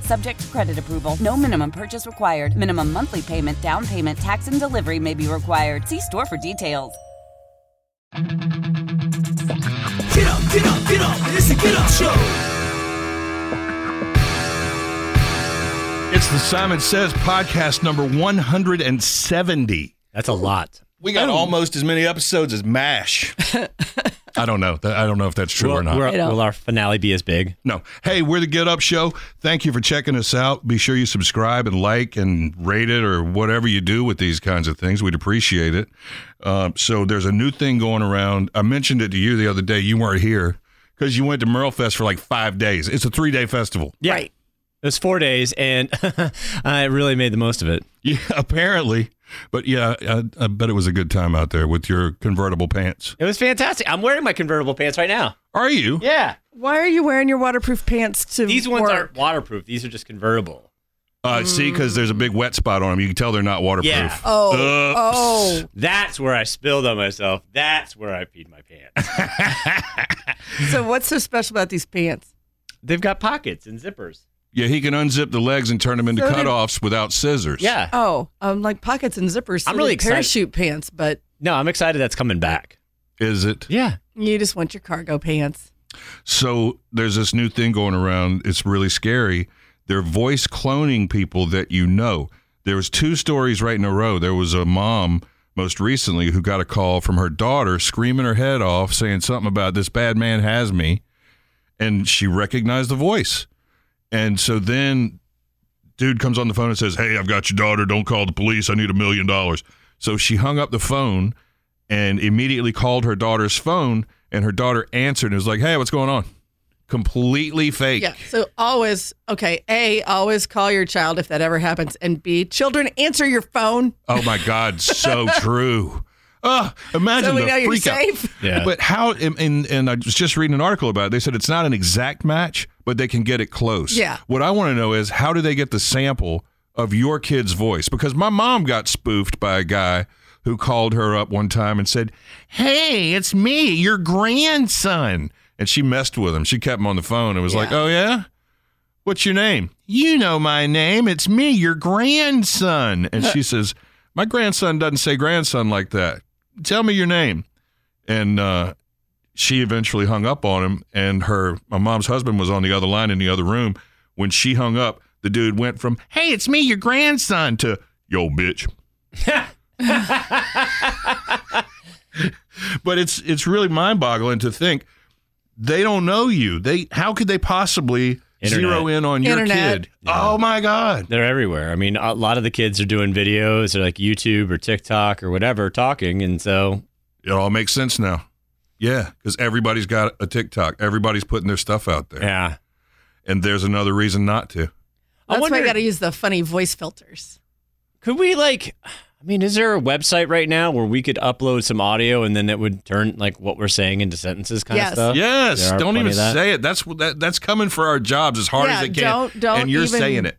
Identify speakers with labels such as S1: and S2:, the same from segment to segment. S1: Subject to credit approval, no minimum purchase required. Minimum monthly payment, down payment, tax, and delivery may be required. See store for details.
S2: Get up, get up, get up. It's a get up show.
S3: It's the Simon Says podcast number 170.
S4: That's a lot.
S3: We got almost as many episodes as MASH. I don't know. Th- I don't know if that's true or not.
S4: will will our finale be as big?
S3: No. Hey, we're the Get Up Show. Thank you for checking us out. Be sure you subscribe and like and rate it or whatever you do with these kinds of things. We'd appreciate it. Um, so there's a new thing going around. I mentioned it to you the other day. You weren't here because you went to Merle Fest for like five days. It's a three day festival.
S4: Yeah. Right. It was four days, and I really made the most of it.
S3: Yeah, apparently. But yeah, I, I bet it was a good time out there with your convertible pants.
S4: It was fantastic. I'm wearing my convertible pants right now.
S3: Are you?
S4: Yeah.
S5: Why are you wearing your waterproof pants to
S4: These ones
S5: work?
S4: aren't waterproof. These are just convertible.
S3: Uh, see, because there's a big wet spot on them. You can tell they're not waterproof.
S4: Yeah.
S5: Oh,
S3: Oops.
S5: oh.
S4: That's where I spilled on myself. That's where I peed my pants.
S5: oh. So what's so special about these pants?
S4: They've got pockets and zippers.
S3: Yeah, he can unzip the legs and turn them into
S5: So did-
S3: cutoffs without scissors.
S4: Yeah.
S5: Oh, um, like pockets and zippers. so
S4: I'm really
S5: they're parachute pants, but
S4: No, I'm excited that's coming back.
S3: Is it?
S4: Yeah.
S5: you just want your cargo pants.
S3: So there's this new thing going around. It's really scary. They're voice cloning people that you know. There was two stories right in a row. There was a mom most recently who got a call from her daughter screaming her head off, saying something about this bad man has me, and she recognized the voice. And so then dude comes on the phone and says, "Hey, I've got your daughter. Don't call the police. I need a million dollars." So she hung up the phone and immediately called her daughter's phone, and her daughter answered and was like, "Hey, what's going on?" Completely fake.
S5: Yeah. So always, okay, A, always call your child if that ever happens. And B, children, answer your phone.
S3: Oh my God, so true. Ah, imagine
S5: So we
S3: the
S5: know you're
S3: freak out.
S5: safe.
S4: Yeah.
S3: But how? And, and and I was just reading an article about it. They said it's not an exact match, but they can get it close.
S5: Yeah.
S3: What I want to know is how do they get the sample of your kid's voice? Because my mom got spoofed by a guy who called her up one time and said, "Hey, it's me, your grandson." And she messed with him. She kept him on the phone and was like, "Oh yeah." What's your name? You know my name. It's me, your grandson. And she says, My grandson doesn't say grandson like that. Tell me your name. And uh, she eventually hung up on him. And her, my mom's husband was on the other line in the other room. When she hung up, the dude went from, Hey, it's me, your grandson, to, Yo, bitch. but it's it's really mind-boggling to think they don't know you. They how could they possibly
S4: Internet.
S3: zero in on your
S5: Internet.
S3: kid? Oh my god.
S4: They're everywhere. I mean, a lot of the kids are doing videos or like YouTube or TikTok or whatever talking. And so,
S3: It all makes sense now. Yeah, cuz everybody's got a TikTok. Everybody's putting their stuff out there.
S4: yeah.
S3: And there's another reason not to.
S4: I
S5: That's why
S4: wonder-
S5: you got to use the funny voice filters.
S4: Could we like I mean, is there a website right now where we could upload some audio and then it would turn like what we're saying into sentences kind
S5: Yes.
S4: of stuff?
S3: Yes,
S4: There are
S3: don't
S4: plenty
S3: even
S4: of that.
S3: say it. That's what- that, that's coming for our jobs as hard
S5: Yeah,
S3: as it can.
S5: don't- don't
S3: and you're
S5: even-
S3: saying it.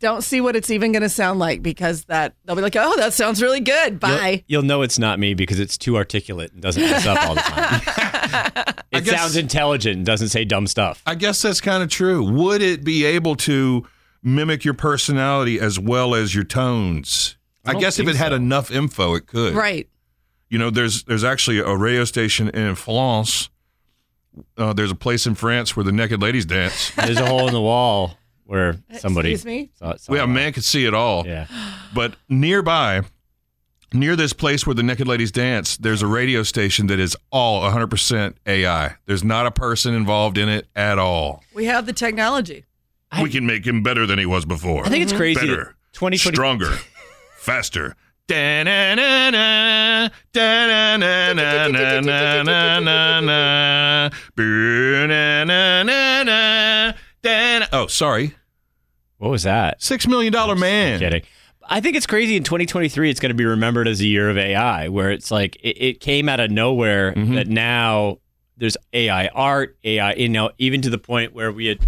S5: Don't see what it's even going to sound like because that they'll be like, oh, that sounds really good.
S4: You'll-
S5: Bye.
S4: You'll, know it's not me because it's too articulate and doesn't mess up all the time. it
S3: guess-
S4: sounds intelligent and doesn't say dumb stuff.
S3: I guess that's kind of true. Would it be able to mimic your personality as well as your tones? I,
S4: don't
S3: guess if
S4: think
S3: it had
S4: so.
S3: enough info, it could.
S5: Right.
S3: You know, there's there's actually a radio station in Florence. Uh, there's a place in France where the naked ladies dance.
S4: There's a hole in the wall where somebody
S5: Excuse me?
S4: saw it.
S3: well, a
S4: somewhere.
S3: man could see it all.
S4: Yeah.
S3: But nearby, near this place where the naked ladies dance, there's a radio station that is all 100% AI. There's not a person involved in it at all.
S5: We have the technology.
S3: we can make him better than he was before.
S4: I think it's
S5: Mm-hmm.
S4: crazy. that
S3: better,
S4: 2020
S3: stronger, faster. Da-na-na-na, da-na-na-na-na-na-na, boo-na-na-na-na, da-na- Oh, sorry.
S4: What was that?
S3: Six million dollar man.
S4: Kidding. I think it's crazy. In 2023, it's going to be remembered as a year of AI, where it's like it, it came out of nowhere
S3: Mm-hmm.
S4: that now there's AI art, AI, you know, even to the point where we had,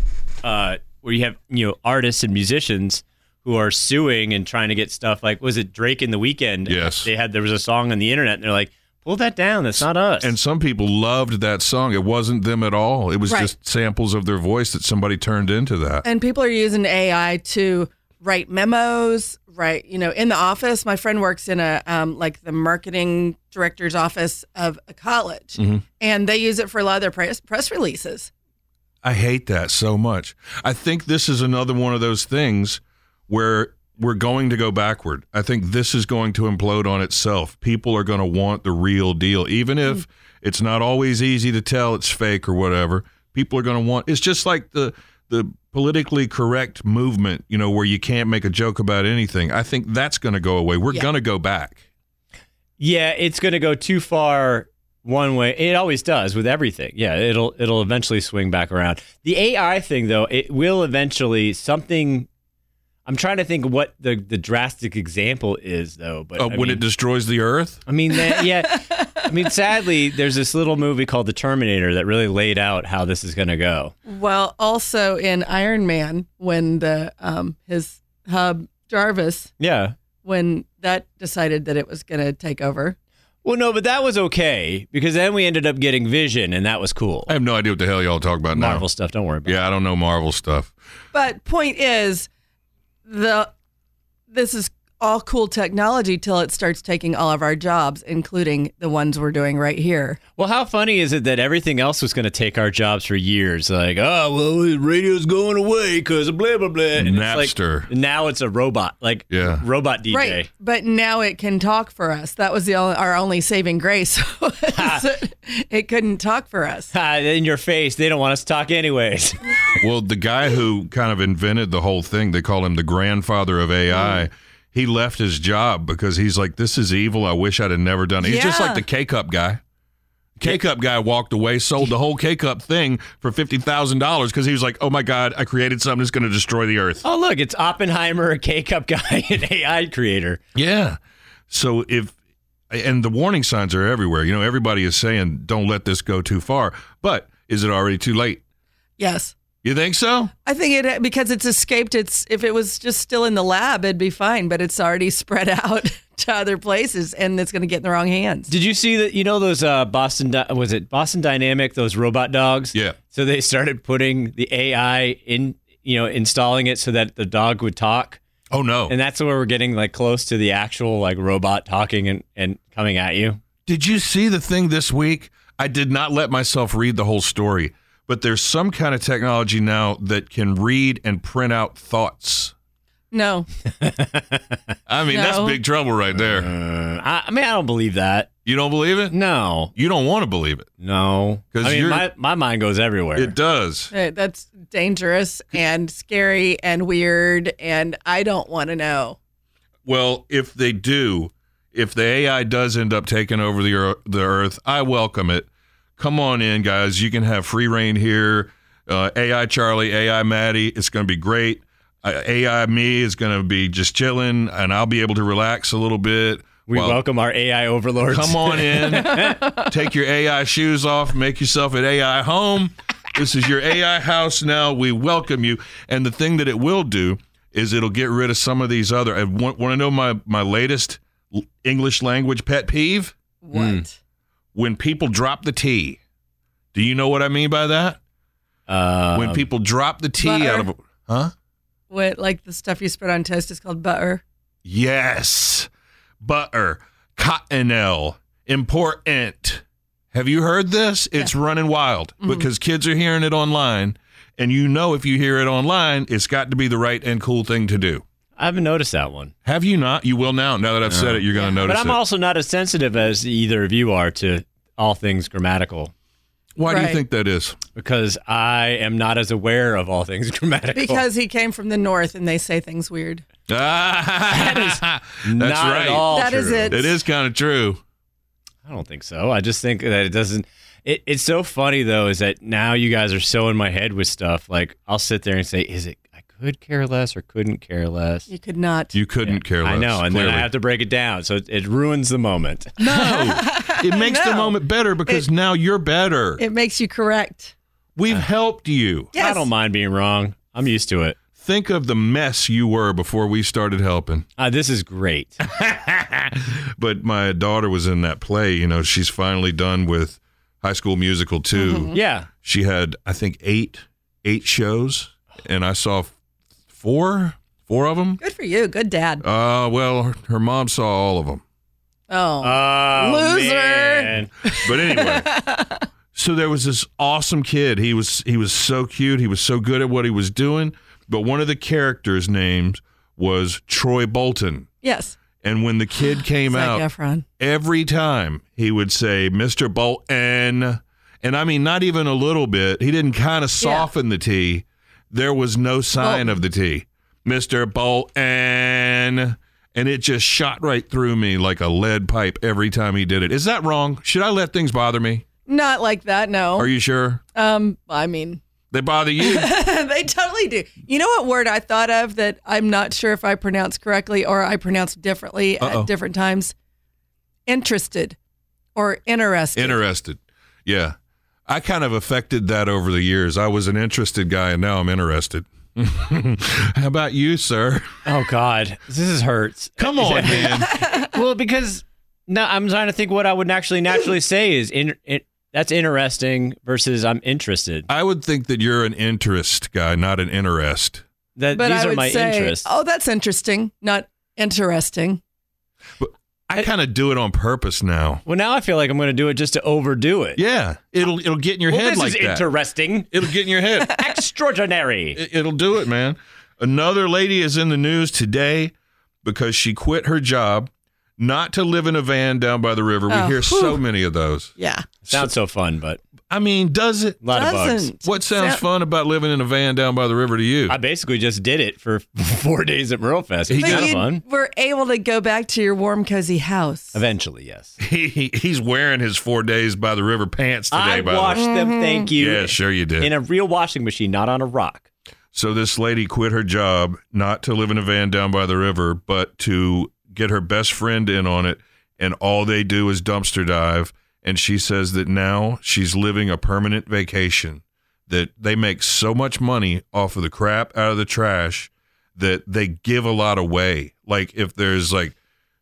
S4: uh, where you have you know artists and musicians who are suing and trying to get stuff like was it Drake in the weekend?
S3: Yes.
S4: they had there was a song on the internet, and they're like, pull that down. That's not us.
S3: And some people loved that song. It wasn't them at all. It was
S5: Right.
S3: just samples of their voice that somebody turned into that.
S5: And people are using AI to write memos, write, you know, in the office. My friend works in a, um, like the marketing director's office of a college, and they use it for a lot of their press, press releases.
S3: I hate that so much. I think this is another one of those things where we're going to go backward. I think this is going to implode on itself. People are going to want the real deal, even if it's not always easy to tell it's fake or whatever. People are going to want. It's just like the the politically correct movement, you know, where you can't make a joke about anything. I think that's going to go away. We're
S5: Yeah.
S3: going to go back.
S4: Yeah, it's going to go too far one way. It always does with everything. Yeah, it'll it'll eventually swing back around. The AI thing though, it will eventually something I'm trying to think what the the drastic example is though, but
S3: Uh,
S4: I
S3: when
S4: mean,
S3: it destroys the earth.
S4: I mean, that, yeah. I mean, sadly, there's this little movie called The Terminator that really laid out how this is going to go.
S5: Well, also in Iron Man, when the, um, his hub Jarvis,
S4: Yeah.
S5: when that decided that it was going to take over.
S4: Well, no, but that was okay because then we ended up getting Vision, and that was cool.
S3: I have no idea what the hell y'all talk about now.
S4: Marvel stuff. Don't worry about.
S3: Yeah, I don't know Marvel stuff.
S5: But point is, the this is all cool technology till it starts taking all of our jobs, including the ones we're doing right here.
S4: Well, how funny is it that everything else was going to take our jobs for years? Like, oh, well, radio's going away because blah blah blah. And it's like-
S3: Napster.
S4: now it's a robot, like
S3: Yeah.
S4: robot DJ.
S5: Right. But now it can talk for us. That was the only, our only saving grace. was that it couldn't talk for us.
S4: Ha, in your face, they don't want us to talk anyways.
S3: Well, the guy who kind of invented the whole thing, they call him the grandfather of
S4: Mm.
S3: AI. He left his job because he's like, this is evil. I wish I'd have never done it. He's just
S5: Yeah.
S3: like the K Cup guy. K Cup guy walked away, sold the whole K Cup thing for $50,000 because he was like, oh my God, I created something that's going to destroy the earth.
S4: oh, look, it's Oppenheimer, a K-cup guy, an AI creator.
S3: Yeah. So if and the warning signs are everywhere. You know, everybody is saying don't let this go too far. But is it already too late?
S5: Yes.
S3: You think so?
S5: I think it because it's escaped. It's if it was just still in the lab, it'd be fine. But it's already spread out to other places, and it's going to get in the wrong hands.
S4: Did you see that? You know those uh, Boston Dy- was it Boston Dynamic? Those robot dogs.
S3: Yeah.
S4: So they started putting the AI in, you know, installing it so that the dog would talk.
S3: Oh no.
S4: And that's where we're getting like close to the actual like robot talking and, and coming at you.
S3: Did you see the thing this week? I did not let myself read the whole story, but there's some kind of technology now that can read and print out thoughts.
S5: No,
S3: I mean, that's
S5: No.
S3: big trouble right there.
S4: Uh, I, I mean, I don't believe that.
S3: You don't believe it?
S4: No,
S3: You don't want to believe it.
S4: no.
S3: 'Cause
S4: I mean,
S3: you're-
S4: my, my mind goes everywhere.
S3: It does.
S5: Uh, that's dangerous and scary and weird, and I don't want to know.
S3: Well, if they do, if the AI does end up taking over the ear- the Earth, I welcome it. Come on in, guys. You can have free reign here. Uh, AI Charlie, AI Maddie, it's going to be great. Uh, AI me is going to be just chilling, and I'll be able to relax a little bit.
S4: we
S3: while-
S4: welcome our AI overlords.
S3: Come on in. Take your AI shoes off. Make yourself at AI home. This is your AI house now. We welcome you. And the thing that it will do is it'll get rid of some of these other. I want, want to know my, my latest l- English language pet peeve?
S5: What?
S3: Hmm. When people drop the T. Do you know what I mean by that?
S4: Uh,
S3: when people drop the T out of a. Huh?
S5: What? Like the stuff you spread on toast is called butter.
S3: Yes. Butter, cottonelle, important. Have you heard this? It's running wild
S4: Mm-hmm.
S3: because kids are hearing it online. And you know, if you hear it online, it's got to be the right and cool thing to do.
S4: I haven't noticed that one.
S3: Have you not? You will now. Now that I've said it, you're going to
S4: But
S3: notice
S4: I'm
S3: it.
S4: also not as sensitive as either of you are to all things grammatical.
S3: Why do you
S5: Right.
S3: think that is?
S4: because I am not as aware of all things grammatical.
S5: Because he came from the north and they say things weird.
S3: that is
S4: not
S3: That's right.
S4: at all.
S5: That is
S4: true.
S5: it.
S3: It is kind of true.
S4: I don't think so. I just think that it doesn't. It, it's so funny though, is that now you guys are so in my head with stuff. Like I'll sit there and say, "Is it? I could care less, or couldn't care less."
S5: You could not.
S3: You couldn't care less.
S4: I know, and
S3: clearly.
S4: then I have to break it down, so it, it ruins the moment.
S3: No, it makes the
S5: No.
S3: moment better because now you're better.
S5: it makes you correct.
S3: We've helped you.
S5: Yes.
S4: I don't mind being wrong. I'm used to it.
S3: Think of the mess you were before we started helping.
S4: Uh, this is great.
S3: But my daughter was in that play. You know, she's finally done with High School Musical too.
S4: yeah,
S3: She had, I think, eight eight shows, and I saw f- four four of them.
S5: Good for you. Good dad.
S3: Uh, well, her, her mom saw all of them. Uh,
S5: Oh.
S4: Oh,
S5: Loser.
S4: man.
S3: But anyway, so there was this awesome kid. He was he was so cute. He was so good at what he was doing. But one of the characters' names was Troy Bolton.
S5: yes.
S3: And when the kid came out,
S5: Zac Efron.
S3: every time he would say Mr. Bolton. And I mean, not even a little bit. He didn't kind of soften the T. There was no sign of the T. Mr. Bolton. And it just shot right through me like a lead pipe every time he did it. Is that wrong? Should I let things bother me?
S5: Not like that. No.
S3: Are you sure?
S5: um. I mean,
S3: They bother you?
S5: they totally do. You know what word I thought of that I'm not sure if I pronounced correctly or I pronounced differently
S3: Uh-oh.
S5: at different times. Interested, or interested.
S3: interested. Yeah. I kind of affected that over the years. I was an interested guy and now I'm interested. How about you, sir?
S4: Oh God, this is hurts.
S3: Come on, man.
S4: well, because no, I'm trying to think what I would actually naturally say is in, in, that's interesting versus I'm interested.
S3: I would think that you're an interest guy, not an interest.
S4: That
S5: but
S4: these
S5: I
S4: are
S5: would
S4: my
S5: say,
S4: interests.
S5: oh, that's interesting. Not interesting.
S3: I kind of do it on purpose now.
S4: Well, now I feel like I'm going to do it just to overdo it.
S3: Yeah, it'll it'll get in your
S4: well,
S3: head
S4: this
S3: like
S4: is
S3: that.
S4: interesting,
S3: it'll get in your head.
S4: extraordinary.
S3: It- it'll do it, man. Another lady is in the news today because she quit her job not to live in a van down by the river. We
S5: Oh,
S3: hear so
S5: whew.
S3: many of those.
S5: Yeah.
S4: Sounds so fun, but
S3: I mean, does it?
S4: a lot of bugs.
S5: Doesn't.
S3: What sounds
S5: Sound-
S3: fun about living in a van down by the river to you?
S4: I basically just did it for four days at Merle Fest. It's
S3: But
S4: kind
S5: But
S4: of
S5: you
S4: fun.
S5: were able to go back to your warm, cozy house.
S4: Eventually, yes.
S3: He, he- he's wearing his four days by the river pants today.
S4: I
S3: by the
S4: washed
S3: way,
S4: them.
S5: Mm-hmm.
S4: Thank you.
S3: yeah, sure you did.
S4: In a real washing machine, not on a rock.
S3: So this lady quit her job not to live in a van down by the river, but to get her best friend in on it. And all they do is dumpster dive. And she says that now she's living a permanent vacation, that they make so much money off of the crap out of the trash that they give a lot away. Like if there's like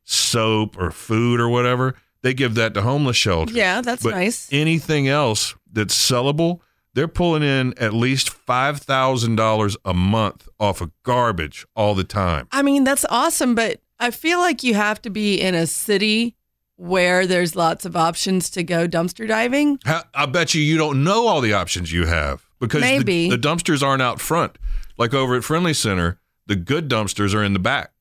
S3: soap or food or whatever, they give that to homeless shelters
S5: Yeah, that's
S3: but
S5: nice.
S3: anything else that's sellable, they're pulling in at least five thousand dollars a month off of garbage all the time.
S5: I mean, that's awesome, but I feel like you have to be in a city where there's lots of options to go dumpster diving.
S3: How, I bet you you don't know all the options you have because the-
S5: Maybe.
S3: The, dumpsters aren't out front. Like over at Friendly Center, the good dumpsters are in the back.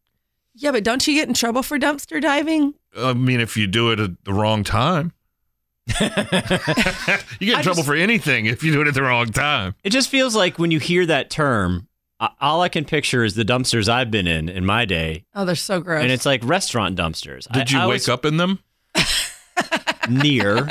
S5: Yeah, but don't you get in trouble for dumpster diving?
S3: I mean, if you do it at the wrong time, you get in
S4: I
S3: trouble
S4: just-
S3: for anything if you do it at the wrong time.
S4: It just feels like when you hear that term, a- all I can picture is the dumpsters I've been in in my day,
S5: Oh, they're so gross.
S4: and it's like restaurant dumpsters.
S3: Did you
S4: I, I
S3: wake up in them?
S4: up near?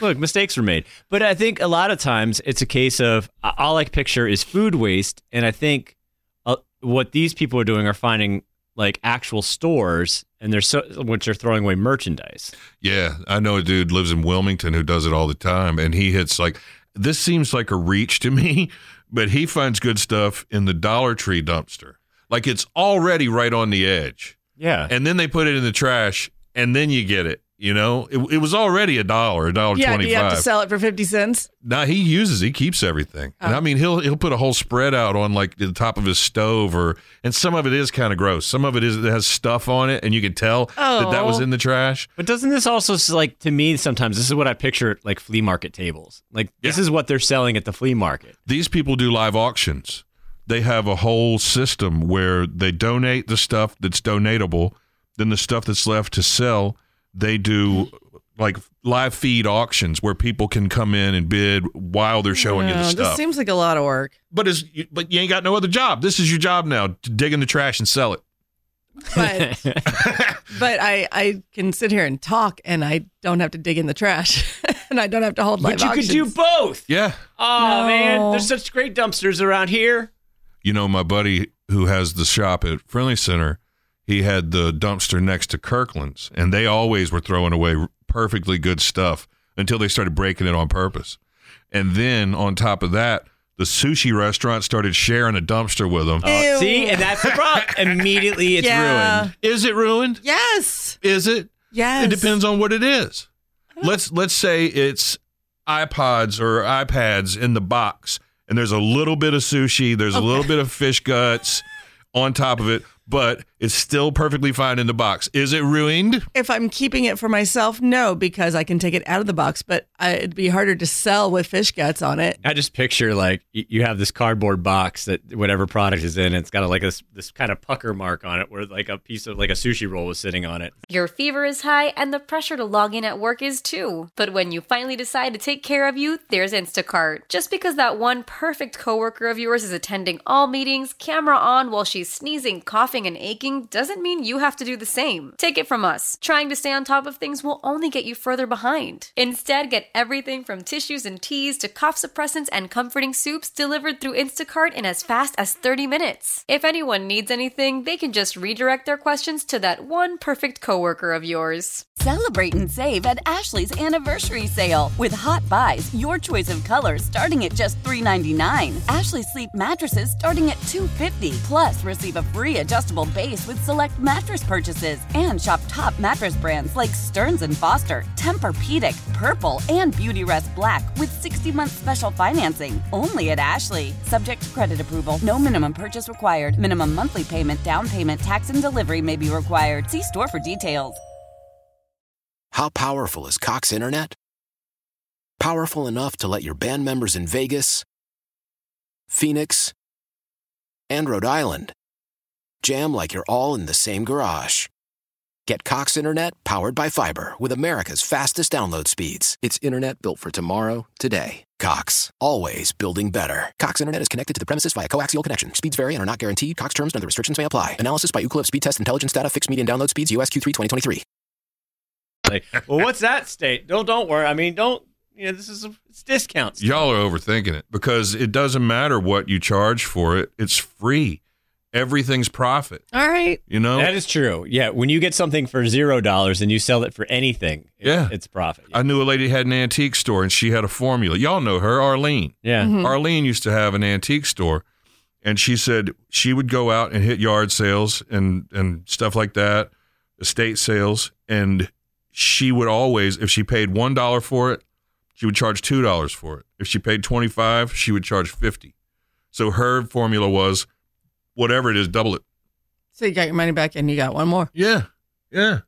S4: Look, mistakes were made, but I think a lot of times it's a case of uh, all I picture is food waste, and I think uh, what these people are doing are finding like actual stores, and they're so which are throwing away merchandise.
S3: Yeah, I know a dude lives in Wilmington who does it all the time, and he hits like this seems like a reach to me, but he finds good stuff in the Dollar Tree dumpster. Like it's already right on the edge,
S4: Yeah,
S3: and then they put it in the trash, and then you get it. You know, it, it was already a dollar, a dollar
S5: yeah, do you have to
S3: twenty-five.
S5: sell it for 50 cents?
S3: now he uses, he keeps everything, and
S5: Oh.
S3: I mean he'll he'll put a whole spread out on like the top of his stove, or and some of it is kind of gross. Some of it is it has stuff on it, and you can tell that that was
S5: Oh.
S3: in the trash.
S4: But doesn't this also s- like to me sometimes this is what I picture at, like flea market tables. Like this
S3: Yeah.
S4: is what they're selling at the flea market.
S3: these people do live auctions. They have a whole system where they donate the stuff that's donatable, then the stuff that's left to sell, they do like live feed auctions where people can come in and bid while they're showing you
S5: No,
S3: the
S5: this
S3: stuff.
S5: seems like a lot of work.
S3: but is but you ain't got no other job. This is your job now: to dig in the trash and sell it.
S5: But but I I can sit here and talk, and I don't have to dig in the trash, and I don't have to hold live
S4: But you could do
S5: auctions.
S4: both.
S3: Yeah,
S4: Oh
S5: No.
S4: man, there's such great dumpsters around here.
S3: you know my buddy who has the shop at Friendly Center. He had the dumpster next to Kirkland's, and they always were throwing away perfectly good stuff until they started breaking it on purpose. And then on top of that, the sushi restaurant started sharing a dumpster with them.
S5: Ew.
S4: See, and that's the problem. Immediately, it's
S5: Yeah.
S4: ruined.
S3: Is it ruined?
S5: Yes.
S3: Is it?
S5: Yes.
S3: It depends on what it is. Let's let's say it's iPods or iPads in the box, and there's a little bit of sushi, there's a little bit of fish guts on top of it, but it's still perfectly fine in the box. Is it ruined?
S5: If I'm keeping it for myself, no, because I can take it out of the box, but I, it'd be harder to sell with fish guts on it.
S4: I just picture like y- you have this cardboard box that whatever product is in, it's got like this this kind of pucker mark on it where like a piece of like a sushi roll was sitting on it.
S6: Your fever is high and the pressure to log in at work is too. But when you finally decide to take care of you, there's Instacart. Just because that one perfect coworker of yours is attending all meetings, camera on while she's sneezing, coughing, and aching, doesn't mean you have to do the same. Take it from us. Trying to stay on top of things will only get you further behind. Instead, get everything from tissues and teas to cough suppressants and comforting soups delivered through Instacart in as fast as 30 minutes. If anyone needs anything, they can just redirect their questions to that one perfect coworker of yours.
S1: Celebrate and save at Ashley's anniversary sale with Hot Buys, your choice of colors starting at just $3.99. Ashley Sleep mattresses starting at $2.50. Plus, receive a free adjustable base with select mattress purchases and shop top mattress brands like Stearns and Foster, Tempur-Pedic, Purple, and Beautyrest Black with 60-month special financing only at Ashley. Subject to credit approval, no minimum purchase required. Minimum monthly payment, down payment, tax, and delivery may be required. See store for details.
S7: How powerful is Cox Internet? Powerful enough to let your band members in Vegas, Phoenix, and Rhode Island jam like you're all in the same garage. Get Cox Internet powered by fiber with America's fastest download speeds. It's internet built for tomorrow, today. Cox, always building better. Cox Internet is connected to the premises via coaxial connection. Speeds vary and are not guaranteed. Cox terms and other restrictions may apply. Analysis by Ookla of Speed Test Intelligence Data. Fixed median download speeds. USQ3 2023.
S4: Like, well, what's that state? Don't don't worry. I mean, don't you know this is a, it's discounts.
S3: Y'all are overthinking it because it doesn't matter what you charge for it. It's free. Everything's profit.
S5: All right.
S3: You know.
S4: That is true. Yeah, when you get something for zero dollars and you sell it for anything, it-
S3: Yeah.
S4: it's profit.
S3: I knew a lady had an antique store and she had a formula. Y'all know her, Arlene.
S4: yeah,
S5: Mm-hmm.
S3: Arlene used to have an antique store, and she said she would go out and hit yard sales and and stuff like that, estate sales, and she would always, if she paid one dollar for it, she would charge two dollars for it. If she paid twenty five, she would charge fifty. So her formula was, whatever it is, double it.
S5: So you got your money back and you got one more.
S3: Yeah, yeah.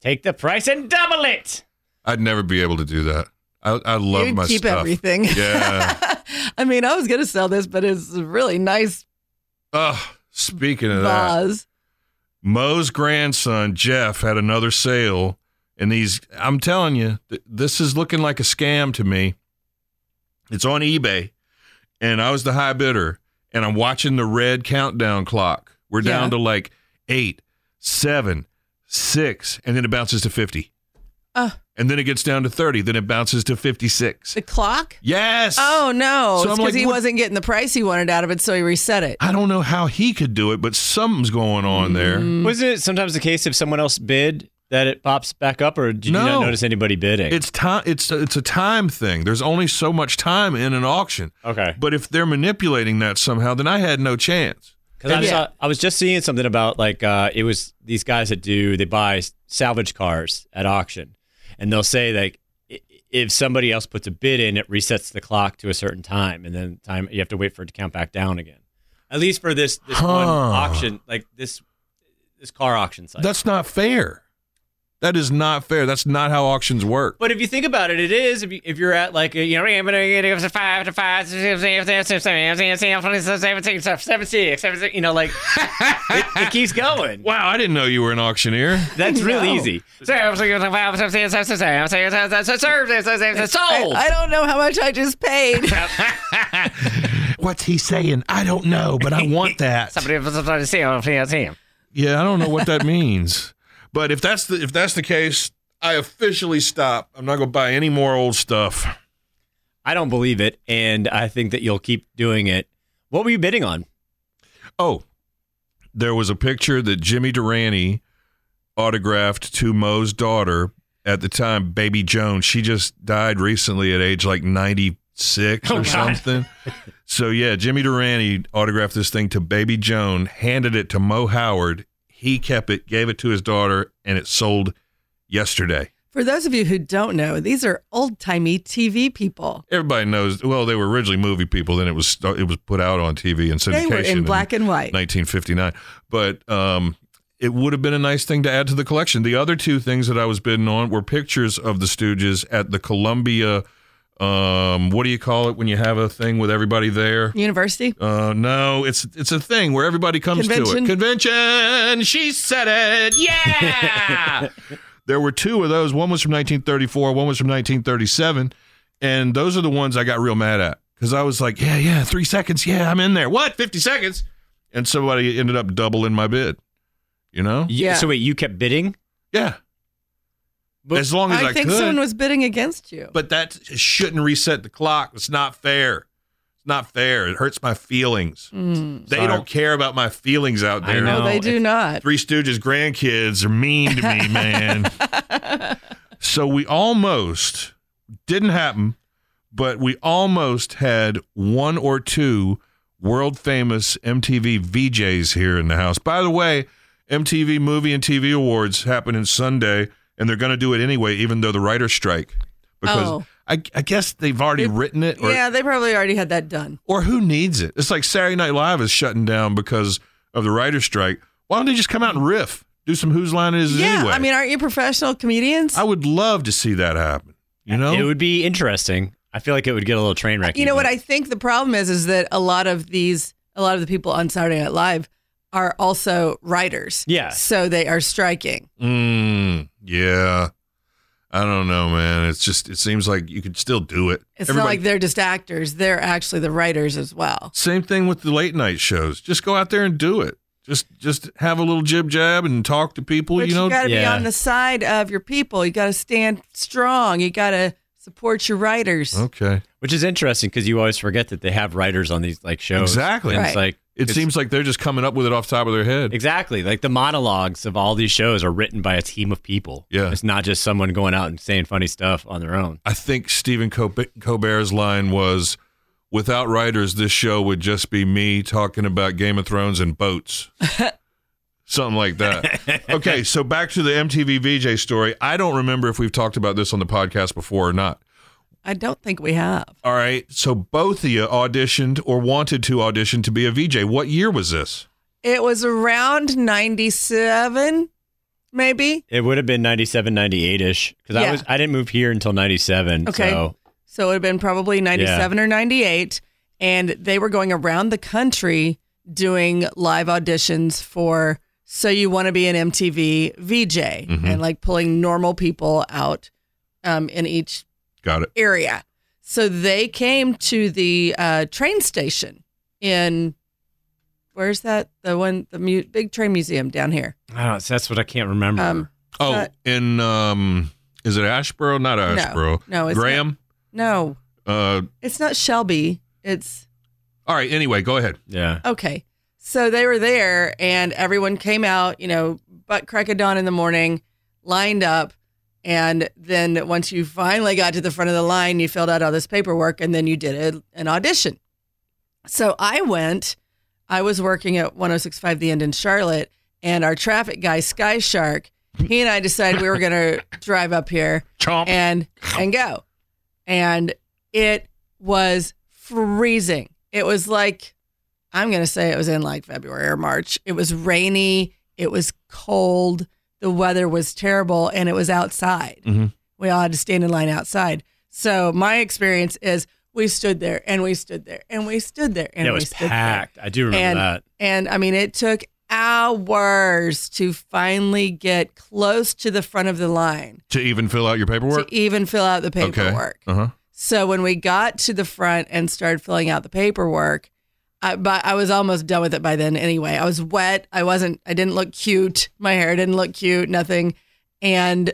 S4: take the price and double it.
S3: I'd never be able to do that. I I love
S5: you
S3: my
S5: keep
S3: stuff.
S5: everything.
S3: Yeah.
S5: I mean, I was going to sell this, but it's a really nice
S3: Ugh, speaking of that.
S5: vase.
S3: Mo's grandson Jeff had another sale, and these I'm telling you, th- this is looking like a scam to me. It's on eBay, and I was the high bidder, and I'm watching the red countdown clock. We're down
S5: Yeah.
S3: to like eight, seven, six, and then it bounces to fifty,
S5: Uh,
S3: and then it gets down to thirty, then it bounces to fifty-six.
S5: the clock?
S3: Yes.
S5: Oh, no. it's
S3: So I'm
S5: because
S3: like,
S5: he
S3: what-
S5: wasn't getting the price he wanted out of it, so he reset it.
S3: I don't know how he could do it, but something's going
S5: Mm.
S3: on there.
S4: Wasn't it sometimes the case if someone else bid that it pops back up, or did you
S3: No.
S4: not notice anybody bidding?
S3: It's time. It's it's a time thing. There's only so much time in an auction.
S4: okay.
S3: But if they're manipulating that somehow, then I had no chance.
S4: Because I,
S5: Yeah.
S4: saw- I was just seeing something about like uh, it was these guys that do they buy salvage cars at auction, and they'll say like i- if somebody else puts a bid in, it resets the clock to a certain time, and then time you have to wait for it to count back down again. At least for this this
S3: Huh.
S4: one auction, like this this car auction site.
S3: That's not fair. That is not fair. That's not how auctions work.
S4: But if you think about it, it is. If, you, if you're at like, a, you know, I'm going to give us a five to five, you know, like, it, it keeps going.
S3: Wow, I didn't know you were an auctioneer.
S4: That's really easy.
S3: Oh.
S5: I, I don't know how much I just paid.
S3: What's he saying? I don't know, but I want that.
S4: Sold.
S3: oh, Yeah, I don't know what that means. But if that's the if that's the case, I officially stop. I'm not gonna buy any more old stuff.
S4: I don't believe it, and I think that you'll keep doing it. What were you bidding on?
S3: Oh, there was a picture that Jimmy Durante autographed to Moe's daughter at the time, Baby Joan. She just died recently at age like 96 or
S4: God.
S3: something. So, yeah, Jimmy Durante autographed this thing to Baby Joan, handed it to Moe Howard. He kept it, gave it to his daughter, and it sold yesterday.
S5: For those of you who don't know, these are old timey TV people.
S3: Everybody knows. Well, they were originally movie people. Then it was it was put out on TV and syndication.
S5: They were in black and white.
S3: 1959. But um, it would have been a nice thing to add to the collection. The other two things that I was bidding on were pictures of the Stooges at the Columbia. Um, what do you call it when you have a thing with everybody there?
S5: University.
S3: Uh, no, it's it's a thing where everybody comes to
S5: Convention?
S3: it. Convention. She said it. Yeah. there were two of those. One was from 1934. One was from 1937. And those are the ones I got real mad at because I was like, yeah, yeah, three seconds. Yeah, I'm in there. What? 50 seconds. And somebody ended up doubling my bid. You know?
S5: Yeah.
S4: So wait, you kept bidding?
S3: Yeah.
S4: But
S3: as long as I,
S5: I think
S3: could.
S5: someone was bidding against you.
S3: but that shouldn't reset the clock. It's not fair. It's not fair. It hurts my feelings. They
S4: Sorry.
S3: don't care about my feelings out
S4: I
S3: there.
S4: know.
S5: no, they
S4: no,
S5: do not.
S3: Three Stooges grandkids are mean to me, man. so we almost didn't happen, but we almost had one or two world famous MTV VJs here in the house. By the way, MTV Movie and TV Awards happening Sunday, and they're going to do it anyway, even though the writer's strike. Because
S5: Oh.
S3: I, I guess they've already written it, or,
S5: yeah, they probably already had that done.
S3: or who needs it? It's like Saturday Night Live is shutting down because of the writer's strike. Why don't they just come out and riff? Do some Whose Line Is It
S5: yeah,
S3: Anyway?
S5: I mean, aren't you professional comedians?
S3: I would love to see that happen. You know?
S4: It would be interesting. I feel like it would get a little train wreck.
S5: you know what
S4: even.
S5: I think the problem is is that a lot of these, a lot of the people on Saturday Night Live are also writers.
S4: Yeah.
S5: so they are striking.
S3: Mm, yeah. I don't know, man. It's just, it seems like you could still do it.
S5: It's not
S3: Everybody-
S5: like they're just actors; they're actually the writers as well.
S3: Same thing with the late night shows. Just go out there and do it. Just, just have a little jib jab and talk to people.
S5: but you,
S3: you know,
S5: got to be
S4: Yeah.
S5: on the side of your people. You got to stand strong. You got to support your writers.
S3: okay.
S4: Which is interesting because you always forget that they have writers on these like shows.
S3: Exactly.
S4: And It's
S5: Right.
S4: like
S3: It
S4: it's-
S3: seems like they're just coming up with it off the top of their head.
S4: exactly like the monologues of all these shows are written by a team of people.
S3: Yeah.
S4: It's not just someone going out and saying funny stuff on their own.
S3: I think Stephen Colb- Colbert's line was, "Without writers, this show would just be me talking about Game of Thrones and boats." Something like that. Okay, so back to the MTV VJ story. I don't remember if we've talked about this on the podcast before or not.
S5: I don't think we have.
S3: All right, so both of you auditioned or wanted to audition to be a VJ. What year was this?
S5: It was around 97, maybe.
S4: It would have been 97, 98 ish because I
S5: Yeah.
S4: was I didn't move here until 97.
S5: Okay.
S4: So
S5: So it would have been probably 97 or 98. And they were going around the country doing live auditions for So You Want to Be an MTV VJ
S3: Mm-hmm.
S5: and like pulling normal people out um, in each
S3: Got it.
S5: area. So they came to the uh, train station in, where's that? The one, the mu- big train museum down here.
S4: I don't. That's what I can't remember.
S5: Um,
S3: Oh,
S5: Uh,
S3: in um, is it Ashboro? Not Ashboro.
S5: no, it's
S3: Graham.
S5: no,
S3: Uh,
S5: it's not Shelby. It's
S3: all right. Anyway, go ahead.
S4: yeah.
S5: Okay. So they were there and everyone came out, you know, butt crack of dawn in the morning, lined up. And then once you finally got to the front of the line, you filled out all this paperwork and then you did a, an audition. So I went, I was working at 1065 The End in Charlotte, and our traffic guy, Sky Shark, he and I decided we were going to drive up here
S3: Chomp.
S5: and and go. And it was freezing. It was like I'm going to say it was in like February or March. It was rainy, it was cold. the weather was terrible and it was outside.
S4: Mm-hmm.
S5: We all had to stand in line outside. So my experience is we stood there and we stood there and we stood there and
S4: Yeah, it
S5: we
S4: was
S5: stood
S4: packed. I do
S5: there.
S4: remember
S5: and
S4: that.
S5: and I mean it took hours to finally get close to the front of the line
S3: to even fill out your paperwork.
S5: to e even fill out the
S3: okay.
S5: paperwork.
S3: Uh huh.
S5: So when we got to the front and started filling out the paperwork, I, but I was almost done with it by then anyway. I was wet. I wasn't. I didn't look cute. My hair didn't look cute. Nothing. And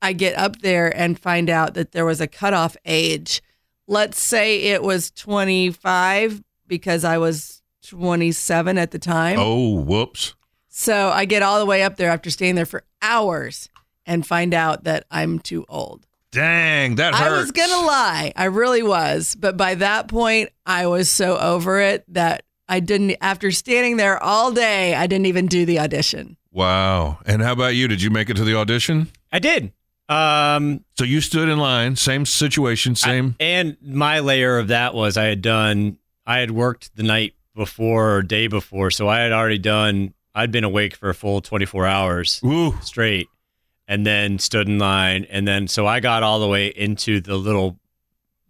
S5: I get up there and find out that there was a cutoff age. Let's say it was 25 because I was 27 at the time.
S3: Oh, whoops.
S5: So I get all the way up there after staying there for hours and find out that I'm too old.
S3: Dang, that hurts.
S5: I was gonna lie, I really was, but by that point, I was so over it that I didn't. After standing there all day, I didn't even do the audition.
S3: Wow. And how about you? Did you make it to the audition?
S4: I did. Um,
S3: So you stood in line, same situation, same.
S4: and my layer of that was I had done, I had worked the night before or day before. So I had already done, I'd been awake for a full 24 hours
S3: Woo.
S4: straight and then stood in line. And then, so I got all the way into the little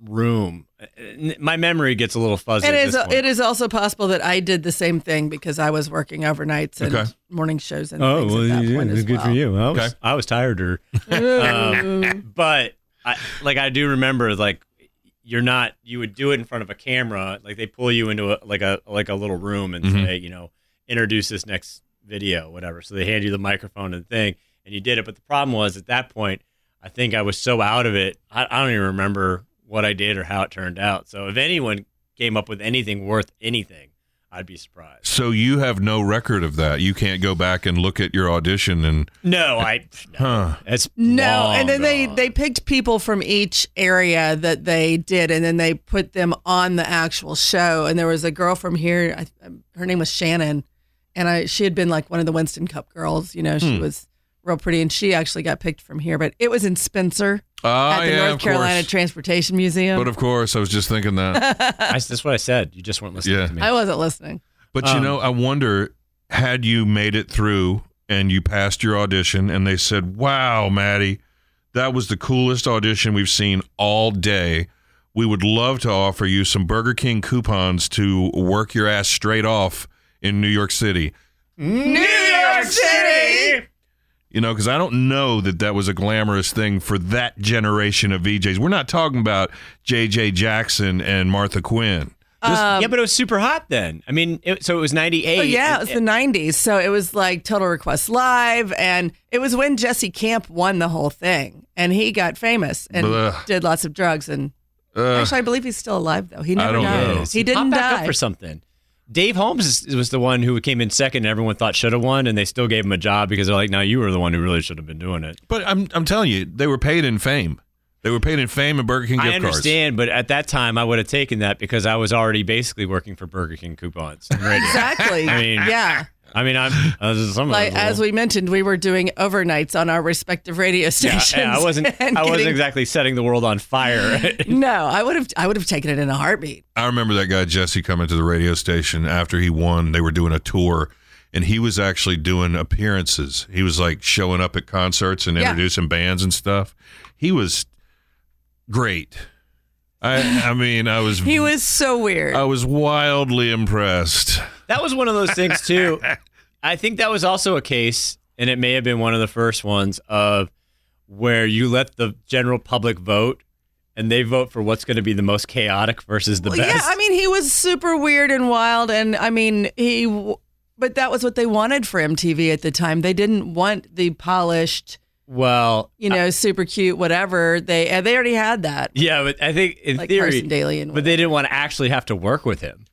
S4: room. Uh, N- My memory gets a little fuzzy.
S5: It
S4: at
S5: is.
S4: this point.
S5: It is also possible that I did the same thing because I was working overnights and
S3: Okay.
S5: morning shows
S4: Oh,
S5: and things at that point as
S4: good
S5: well.
S4: for you. I was,
S3: Okay.
S4: I was tireder.
S5: Um,
S4: but I, like I do remember like you're not you would do it in front of a camera like they pull you into a like a like a little room and
S3: Mhm.
S4: say you know introduce this next video whatever so they hand you the microphone and thing and you did it but the problem was at that point I think I was so out of it I, I don't even remember what I did or how it turned out so if anyone came up with anything worth anything I'd be surprised
S3: So you have no record of that. You can't go back and look at your audition and,
S4: no I no,
S3: huh.
S4: that's
S5: no,
S4: long
S5: and then they
S4: gone.
S5: they picked people from each area that they did, and then they put them on the actual show. And there was a girl from here. I, her name was Shannon, and I she had been like one of the Winston Cup girls. You know, she
S3: Hmm.
S5: was real pretty, and she actually got picked from here. But it was in Spencer at
S3: Ah,
S5: the
S3: yeah,
S5: North
S3: of
S5: Carolina
S3: course.
S5: Transportation Museum.
S3: but of course, I was just thinking that.
S4: I, that's what I said you just weren't listening
S3: Yeah.
S4: to me
S5: I wasn't listening.
S3: But you
S4: Um,
S3: know, I wonder had you made it through and you passed your audition and they said, "Wow, Maddie, that was the coolest audition we've seen all day. We would love to offer you some Burger King coupons to work your ass straight off in New York City."
S4: New York City
S3: You know, because I don't know that that was a glamorous thing for that generation of VJs. We're not talking about J.J. Jackson and Martha Quinn.
S4: yeah, but it was super hot then. I mean, it, so it was 98.
S5: Um, Oh yeah, it
S4: And-
S5: was the '90s, so it was like Total Request Live, and it was when Jesse Camp won the whole thing, and he got famous and
S3: Blech.
S5: did lots of drugs. And
S3: Ugh.
S5: actually, I believe he's still alive though. He
S3: I
S5: never
S3: don't
S5: died.
S3: know.
S5: He didn't
S4: Pop back
S5: die.
S4: up for something. Dave Holmes is- was the one who came in second and everyone thought should have won, and they still gave him a job because they're like, no, you were the one who really should have been doing it.
S3: But I'm I'm telling you, they were paid in fame. They were paid in fame and Burger King gift
S4: I understand, but at that time, I would have taken that because I was already basically working for Burger King coupons. and radio.
S5: exactly.
S4: I mean-
S5: yeah.
S4: I mean, I'm I was some
S5: Like
S4: of those
S5: as
S4: little-
S5: we mentioned, we were doing overnights on our respective radio stations.
S4: yeah, I wasn't
S5: and
S4: I wasn't
S5: getting-
S4: exactly setting the world on fire.
S5: No, I would have. I would have taken it in a heartbeat.
S3: cards. I remember that guy Jesse coming to the radio station after he won. They were doing a tour, and he was actually doing appearances. He was like showing up at concerts and
S5: Yeah.
S3: introducing bands and stuff. He was great. I I mean, I was
S5: He was so weird.
S3: I was wildly impressed.
S4: That was one of those things too. I think that was also a case, and it may have been one of the first ones of where you let the general public vote, and they vote for what's going to be the most chaotic versus the
S5: Well,
S4: best.
S5: Yeah, I mean, he was super weird and wild, and I mean, he. w- But that was what they wanted for MTV at the time. They didn't want the polished,
S4: well,
S5: you know, super cute, whatever. They uh, they already had that,
S4: Uh, yeah, but I think in
S5: like
S4: theory,
S5: Carson Daly and.
S4: but they didn't want to actually have to work with him.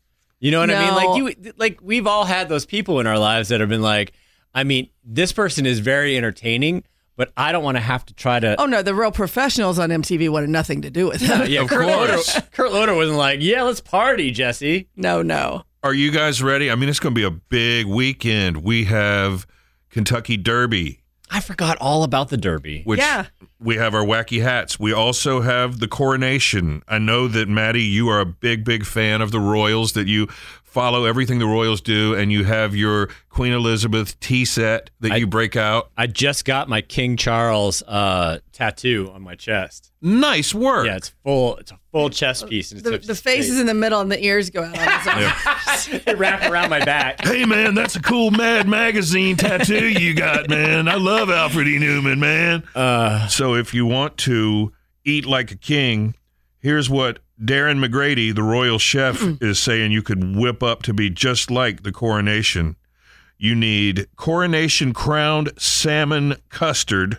S4: You know what I mean?
S5: No.
S4: Like you, like we've all had those people in our lives that have been like, I mean, this person is very entertaining, but I don't want to have to try to
S5: oh no, the real professionals on MTV wanted nothing to do with
S4: Uh,
S5: it.
S4: yeah,
S3: Of
S4: Kurt
S3: course.
S4: Loder, Kurt Loder wasn't like, yeah, let's party, Jesse.
S5: no, no.
S3: Are you guys ready? I mean, it's going to be a big weekend. We have Kentucky Derby,
S4: I forgot all about the Derby.
S3: which
S5: Yeah.
S3: we have our wacky hats. We also have the coronation. I know that Maddie, you are a big, big fan of the royals. That you follow everything the royals do, and you have your Queen Elizabeth tea set that
S4: I-
S3: you break out.
S4: I just got my King Charles uh, tattoo on my chest.
S3: Nice work.
S4: Yeah, it's full. It's a full chest piece. And it's
S5: The,
S4: a-
S5: the face is in the middle and the ears go out. On his arm.
S4: they wrap around my back.
S3: Hey man, that's a cool Mad Magazine tattoo you got, man. I love Alfred E. Newman, man.
S4: Uh,
S3: So if you want to eat like a king, here's what Darren McGrady, the royal chef, is saying you could whip up to be just like the coronation. You need coronation crowned salmon custard,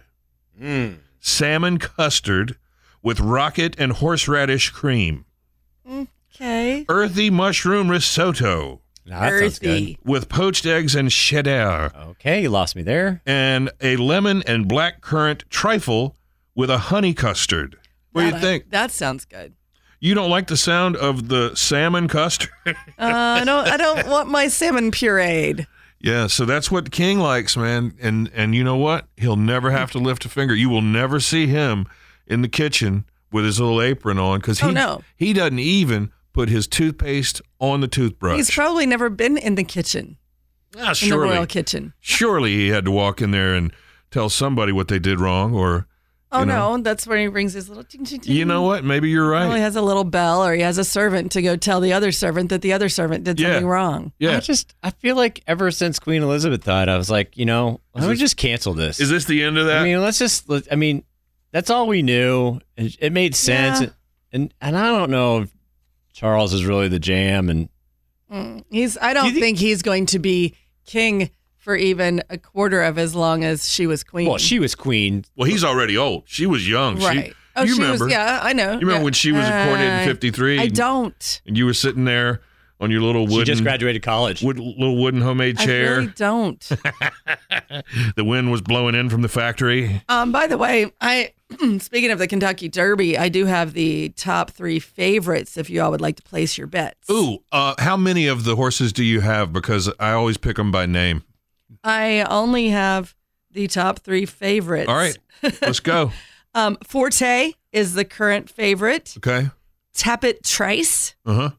S3: salmon custard with rocket and horseradish cream,
S5: okay.
S3: earthy mushroom risotto
S4: nah, that sounds good.
S5: Earthy.
S3: with poached eggs and cheddar.
S4: Okay, you lost me there.
S3: and a lemon and black currant trifle with a honey custard. What do you
S5: That- uh,
S3: think?
S5: That sounds good.
S3: You don't like the sound of the salmon custard?
S5: Uh, I don't. I don't want my salmon pureed.
S3: yeah, so that's what King likes, man. And and you know what? He'll never have to lift a finger. You will never see him in the kitchen with his little apron on cuz he
S5: Oh, no.
S3: he doesn't even put his toothpaste on the toothbrush.
S5: He's probably never been in the kitchen,
S3: Ah,
S5: in the
S3: surely.
S5: royal kitchen.
S3: surely he had to walk in there and tell somebody what they did wrong or
S5: Oh
S3: You know.
S5: no, that's where he rings his little. Ting, ting, ting.
S3: you know what? Maybe you're
S5: He
S3: right.
S5: probably has a little bell, or he has a servant to go tell the other servant that the other servant did
S3: Yeah.
S5: something wrong.
S3: yeah.
S4: I just I feel like ever since Queen Elizabeth died, I was like, you know, why don't we just cancel this?
S3: Is this the end of that?
S4: I mean, let's just. let- I mean, that's all we knew. It, it made sense,
S5: Yeah.
S4: and and I don't know if Charles is really the jam. And
S5: He's. I don't
S4: You think-
S5: think, he's going to be king for even a quarter of as long as she was queen.
S4: well, she was queen.
S3: Well, he's already old. She was young.
S5: right.
S3: She,
S5: oh,
S3: you
S5: she
S3: remember?
S5: was. Yeah, I know.
S3: You remember
S5: Yeah.
S3: when she was a coordinator in
S5: Uh,
S3: 53?
S5: I don't.
S3: And you were sitting there on your little wooden,
S4: she just graduated college.
S3: wood, little wooden homemade
S5: I
S3: chair.
S5: really don't.
S3: the wind was blowing in from the factory.
S5: Um, by the way, I speaking of the Kentucky Derby, I do have the top three favorites if you all would like to place your bets.
S3: Ooh, uh, how many of the horses do you have? Because I always pick them by name.
S5: I only have the top three favorites.
S3: All right, let's go.
S5: Um, Forte is the current favorite.
S3: Okay.
S5: Tappet Trice,
S3: Uh huh.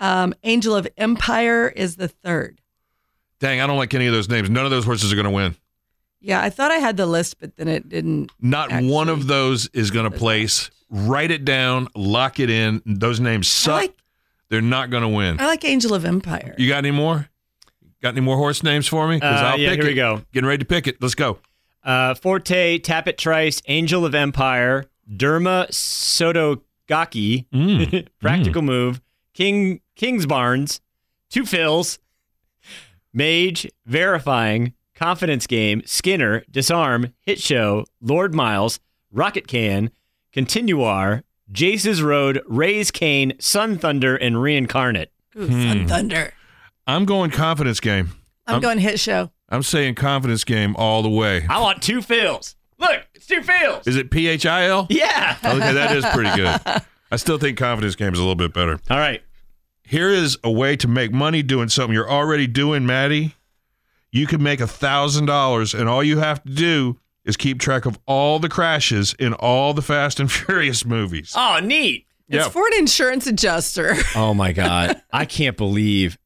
S5: um, Angel of Empire is the third.
S3: Dang, I don't like any of those names. None of those horses are going to win.
S5: Yeah, I thought I had the list, but then it didn't.
S3: Not one
S5: Actually,
S3: of those is going to
S5: there's
S3: place. Write it down, lock it in. Those names suck.
S5: I like
S3: They're not going to win.
S5: I like Angel of Empire.
S3: You got any more? Got any more horse names for me? 'Cause
S4: Uh,
S3: I'll
S4: yeah,
S3: pick
S4: here we
S3: it.
S4: go.
S3: Getting ready to pick it. Let's go.
S4: Uh, Forte, Tappet Trice, Angel of Empire, Derma Sotogaki,
S3: Mm.
S4: Practical Move, King King's Barnes, Two Fills, Mage, Verifying, Confidence Game, Skinner, Disarm, Hit Show, Lord Miles, Rocket Can, Continuar, Jace's Road, Raise Cane, Sun Thunder, and Reincarnate.
S5: Ooh, Sun Thunder.
S3: I'm going confidence game.
S5: I'm
S3: Hmm. Um,
S5: going hit show.
S3: I'm saying confidence game all the way.
S4: I want Two Fills. Look, it's Two Fills.
S3: Is it P H I L?
S4: Yeah.
S3: Okay, that is pretty good. I still think confidence game is a little bit better.
S4: All right.
S3: Here is a way to make money doing something you're already doing, Maddie. You can make a thousand dollars, and all you have to do is keep track of all the crashes in all the Fast and Furious movies.
S4: Oh, neat.
S3: yeah,
S5: It's for an insurance adjuster.
S4: Oh my god, I can't believe,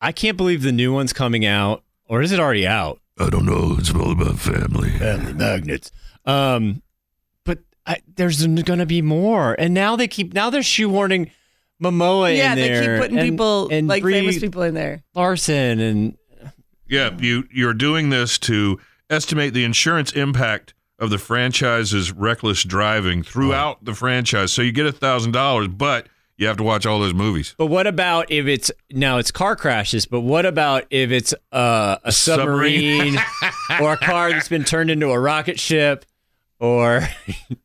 S4: I can't believe the new one's coming out, or is it already out?
S3: I don't know. It's all about family.
S4: Family magnets. Um, but I, there's gonna be more, and now they keep now they're shoehorning Momoa
S5: yeah,
S4: in there.
S5: they keep putting
S4: and-
S5: people
S4: and
S5: like
S4: Brie
S5: famous people in there.
S4: Larson and
S3: Yeah, you you're doing this to estimate the insurance impact of the franchise's reckless driving throughout the franchise. So you get a thousand dollars, but you have to watch all those movies.
S4: But what about if it's now it's car crashes? But what about if it's uh, a submarine,
S3: Submarine.
S4: or a car that's been turned into a rocket ship, or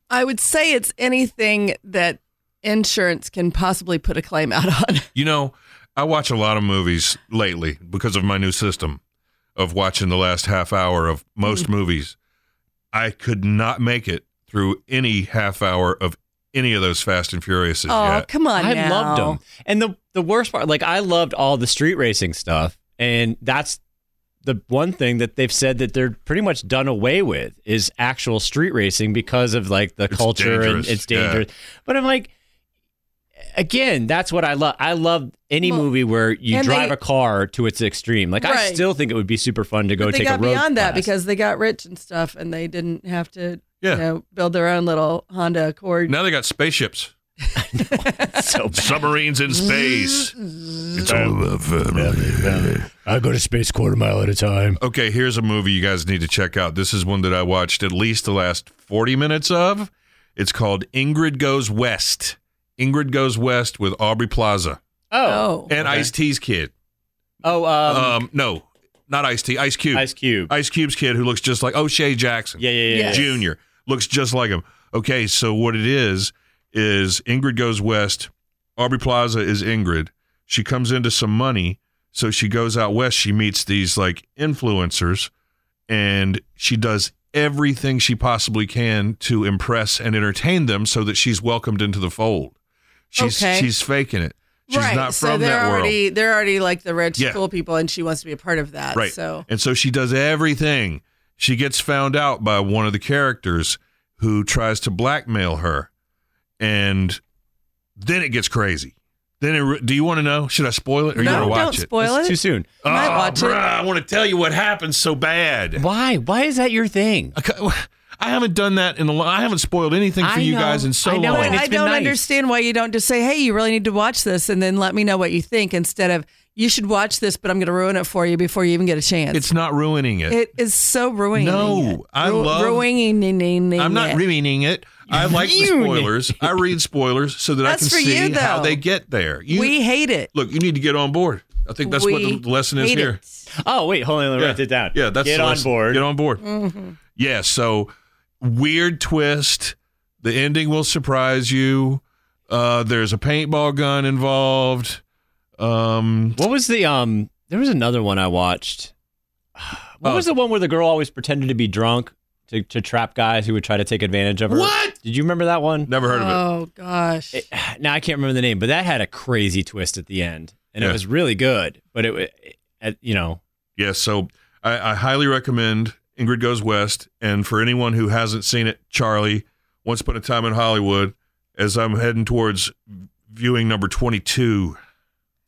S5: I would say it's anything that insurance can possibly put a claim out on.
S3: You know, I watch a lot of movies lately because of my new system of watching the last half hour of most movies. I could not make it through any half hour of any of those Fast and Furiouses
S5: Oh,
S3: yet.
S5: come on!
S4: I
S5: now.
S4: loved them. And the the worst part, like I loved all the street racing stuff, and that's the one thing that they've said that they're pretty much done away with is actual street racing because of like the
S3: It's
S4: culture and
S3: dangerous,
S4: it's
S3: yeah.
S4: dangerous. But I'm like, again, that's what I love. I love any
S5: Well,
S4: movie where you
S5: and
S4: drive
S5: they-
S4: a car to its extreme. Like I
S5: Right.
S4: still think it would be super fun to go
S5: But they
S4: take
S5: got
S4: a road
S5: beyond that
S4: class.
S5: because they got rich and stuff, and they didn't have to,
S3: Yeah.
S5: you know, build their own little Honda Accord.
S3: Now they got spaceships,
S4: so bad.
S3: submarines in space. It's all about family.
S4: I go to space quarter mile at a time.
S3: Okay, here's a movie you guys need to check out. This is one that I watched at least the last 40 minutes of. It's called Ingrid Goes West. Ingrid Goes West with Aubrey Plaza
S5: oh,
S4: Oh,
S3: and
S4: Okay.
S3: Ice T's kid.
S4: oh, um,
S3: Um, no, not Ice T, Ice Cube.
S4: Ice Cube.
S3: Ice Cube's kid who looks just like O'Shea Jackson.
S4: yeah, yeah, yeah.
S5: Yes.
S4: yeah.
S3: Junior looks just like him. Okay, so what it is is Ingrid goes west. Aubrey Plaza is Ingrid. She comes into some money, so she goes out west. She meets these like influencers, and she does everything she possibly can to impress and entertain them, so that she's welcomed into the fold. She's
S5: Okay.
S3: she's faking it. She's
S5: right.
S3: not
S5: so
S3: from
S5: they're
S3: that world.
S5: already they're already like the rich
S3: Yeah.
S5: cool people, and she wants to be a part of that.
S3: Right.
S5: Uh, So
S3: And so she does everything. She gets found out by one of the characters who tries to blackmail her. And then it gets crazy. Then it re- do you want to know? Should I spoil it or you
S5: no,
S3: want to watch
S5: don't
S3: it?
S5: spoil
S4: It's
S5: it.
S4: too soon.
S3: oh,
S5: might watch it.
S3: bruh, I want to tell you what happened so bad.
S4: Why? Why is that your thing?
S3: I ca- I haven't done that in a long I haven't spoiled anything for
S4: I
S3: you
S4: know,
S3: guys in so
S4: I know,
S3: long.
S4: and it's
S5: I
S4: been
S5: don't
S4: nice.
S5: understand why you don't just say, "Hey, you really need to watch this," and then let me know what you think instead of "You should watch this," but I'm going to ruin it for you before you even get a chance.
S3: It's not ruining it.
S5: it is so ruining.
S3: No,
S5: it.
S3: I love-
S5: ruining.
S3: I'm not
S5: it.
S3: ruining it. I like the
S4: Ruin it.
S3: spoilers. I read spoilers so that
S5: That's
S3: I
S5: for
S3: can see
S5: you,
S3: how
S5: though.
S3: they get there. You,
S5: we hate it.
S3: look, you need to get on board. I think that's what
S5: We
S3: the lesson is
S5: hate
S3: here.
S5: it.
S4: Oh, wait, hold on. Let me
S3: Yeah.
S4: write it down.
S3: Yeah, that's
S4: get
S3: the
S4: on
S3: lesson.
S4: board.
S3: Get on board.
S5: Mm-hmm.
S3: Yeah. So weird twist. The ending will surprise you. Uh, there's a paintball gun involved. Um,
S4: What was the um? There was another one I watched. What
S3: Oh.
S4: was the one where the girl always pretended to be drunk to, to trap guys who would try to take advantage of her?
S3: What?
S4: Did you remember that one?
S3: never heard of it.
S5: Oh gosh.
S4: It, now I can't remember the name, but that had a crazy twist at the end, and
S3: Yeah.
S4: it was really good. But it, wa- it, at- you know,
S3: Yeah. So I, I highly recommend Ingrid Goes West. And for anyone who hasn't seen it, Charlie, Once Upon a Time in Hollywood, as I'm heading towards viewing number 22.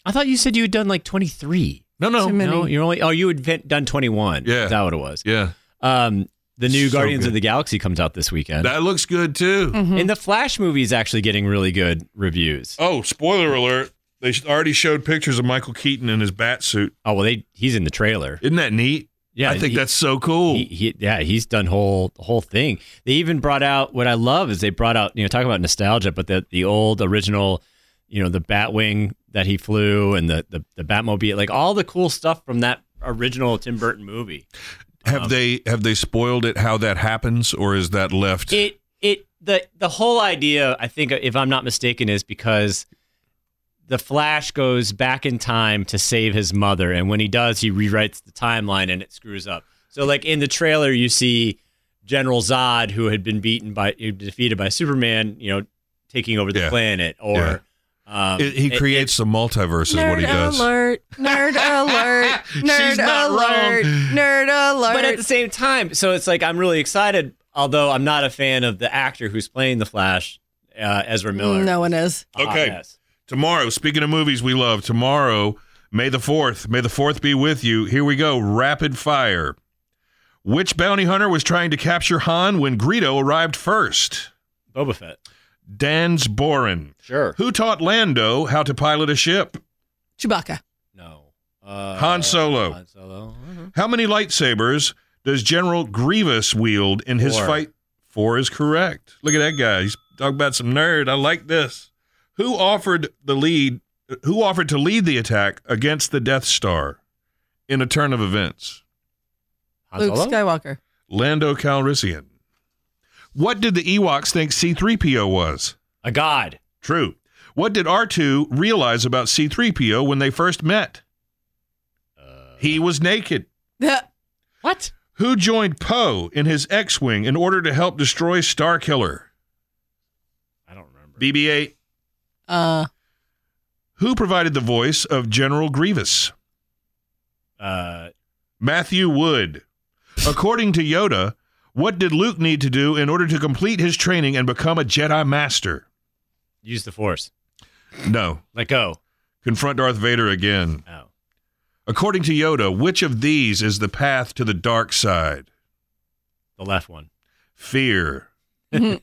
S4: I thought you said you had done like twenty three.
S3: No, no.
S5: Too many.
S4: No, you're only oh you had ven- done twenty one.
S3: Yeah.
S4: is that what it was?
S3: Yeah.
S4: Um, the new
S3: So
S4: Guardians
S3: good.
S4: of the Galaxy comes out this weekend,
S3: That looks good too.
S5: Mm-hmm.
S4: and the Flash movie is actually getting really good reviews.
S3: Oh, spoiler alert. They sh- already showed pictures of Michael Keaton in his bat suit.
S4: Oh well, they he's in the trailer.
S3: Isn't that neat?
S4: Yeah,
S3: I think
S4: he-
S3: that's so cool.
S4: He, he, yeah, he's done whole the whole thing. They even brought out what I love is they brought out you know talk about nostalgia, but the the old original, you know the Batwing that he flew and the the, the Batmobile, like all the cool stuff from that original Tim Burton movie.
S3: have
S4: um,
S3: they have they spoiled it how that happens or is that left?
S4: It it the the whole idea, I think, if I'm not mistaken, is because the Flash goes back in time to save his mother, and when he does, he rewrites the timeline and it screws up. So, like in the trailer, you see General Zod, who had been beaten by defeated by Superman, you know, taking over the
S3: Yeah.
S4: planet, or um,
S3: It- he
S4: it-
S3: creates the multiverse is what he does.
S5: alert! Nerd alert! Nerd
S3: She's not
S5: alert!
S3: wrong.
S5: Nerd alert!
S4: But at the same time, so it's like I'm really excited, although I'm not a fan of the actor who's playing the Flash, uh, Ezra Miller. Ah,
S5: no one is.
S4: A hot
S3: Okay.
S4: mess.
S3: Tomorrow, speaking of movies we love, tomorrow, May the 4th, May the 4th be with you. Here we go. Rapid fire. Which bounty hunter was trying to capture Han when Greedo arrived first?
S4: Boba Fett.
S3: Dan's Boren.
S4: Sure.
S3: Who taught Lando how to pilot a ship?
S5: Chewbacca.
S4: No. Uh,
S3: Han Solo.
S4: Han Solo. Mm-hmm.
S3: How many lightsabers does General Grievous wield in his
S4: Four.
S3: fight? Four is correct. Look at that guy. He's talking about some nerd. I like this. Who offered the lead? Who offered to lead the attack against the Death Star in a turn of events?
S4: Han
S5: Luke
S4: Solo?
S5: Skywalker.
S3: Lando Calrissian. What did the Ewoks think C-3PO was?
S4: A god.
S3: True. What did R2 realize about C-3PO when they first met? he was naked.
S4: What?
S3: Who joined Poe in his X-wing in order to help destroy Starkiller?
S4: I don't remember.
S3: BB-8.
S5: Uh,
S3: Who provided the voice of General Grievous?
S4: Uh,
S3: Matthew Wood. According to Yoda, what did Luke need to do in order to complete his training and become a Jedi Master?
S4: use the force.
S3: No.
S4: Let go.
S3: Confront Darth Vader again.
S4: Oh.
S3: According to Yoda, which of these is the path to the dark side?
S4: The left one.
S3: Fear.
S5: The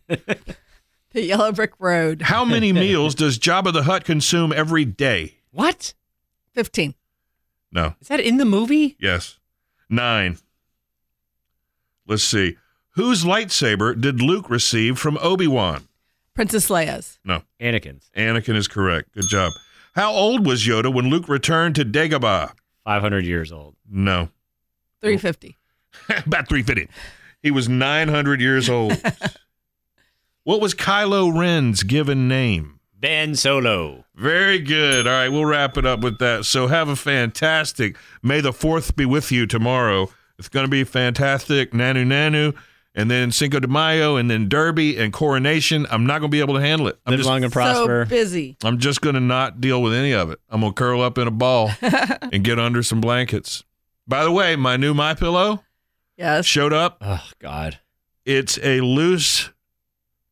S5: yellow brick road.
S3: How many meals does Jabba the Hutt consume every day?
S4: What?
S5: Fifteen.
S3: No.
S4: Is that in the movie?
S3: Yes. Nine. Let's see. Whose lightsaber did Luke receive from Obi Wan?
S5: Princess Leia's.
S3: No.
S4: Anakin's.
S3: Anakin is correct. Good job. How old was Yoda when Luke returned to Dagobah?
S4: 500 years old.
S3: No.
S5: Three fifty.
S3: About 350. He was 900 years old. what was Kylo Ren's given name?
S4: Ben Solo.
S3: Very good. All right, we'll wrap it up with that. So have a fantastic. May the 4th be with you tomorrow. It's going to be fantastic. Nanu Nanu. And then Cinco de Mayo, and then Derby and Coronation. I'm not going to be able to handle it. I'm
S4: Live
S3: just,
S4: long and
S5: So
S4: prosper.
S5: busy.
S3: I'm just going to not deal with any of it. I'm going to curl up in a ball and get under some blankets. By the way, my new My Pillow
S5: Yes.
S3: showed up.
S4: oh, God.
S3: It's a loose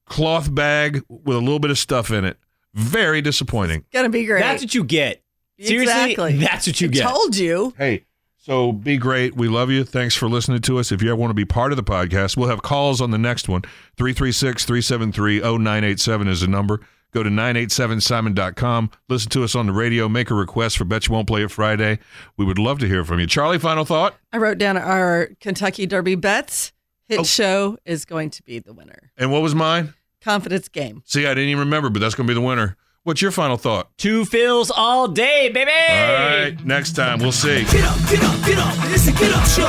S3: cloth bag with a little bit of stuff in it. Very disappointing.
S5: Gonna be great.
S4: That's what you get. Seriously,
S5: Exactly.
S4: that's what you
S5: I
S4: get.
S5: Told you.
S3: Hey, so be great. We love you. Thanks for listening to us. If you ever want to be part of the podcast, we'll have calls on the next one. 336 373 0987 is the number. Go to 987simon.com. Listen to us on the radio. Make a request for Bet You Won't Play It Friday. We would love to hear from you. Charlie, final thought?
S5: I wrote down our Kentucky Derby bets. Hit
S3: Oh.
S5: show is going to be the winner.
S3: And what was mine?
S5: Confidence game.
S3: See, I didn't even remember, but that's going to be the winner. What's your final thought?
S4: Two fills all day, baby.
S3: All right, next time. We'll see.
S2: Get up, get up, get up. It's a get up show.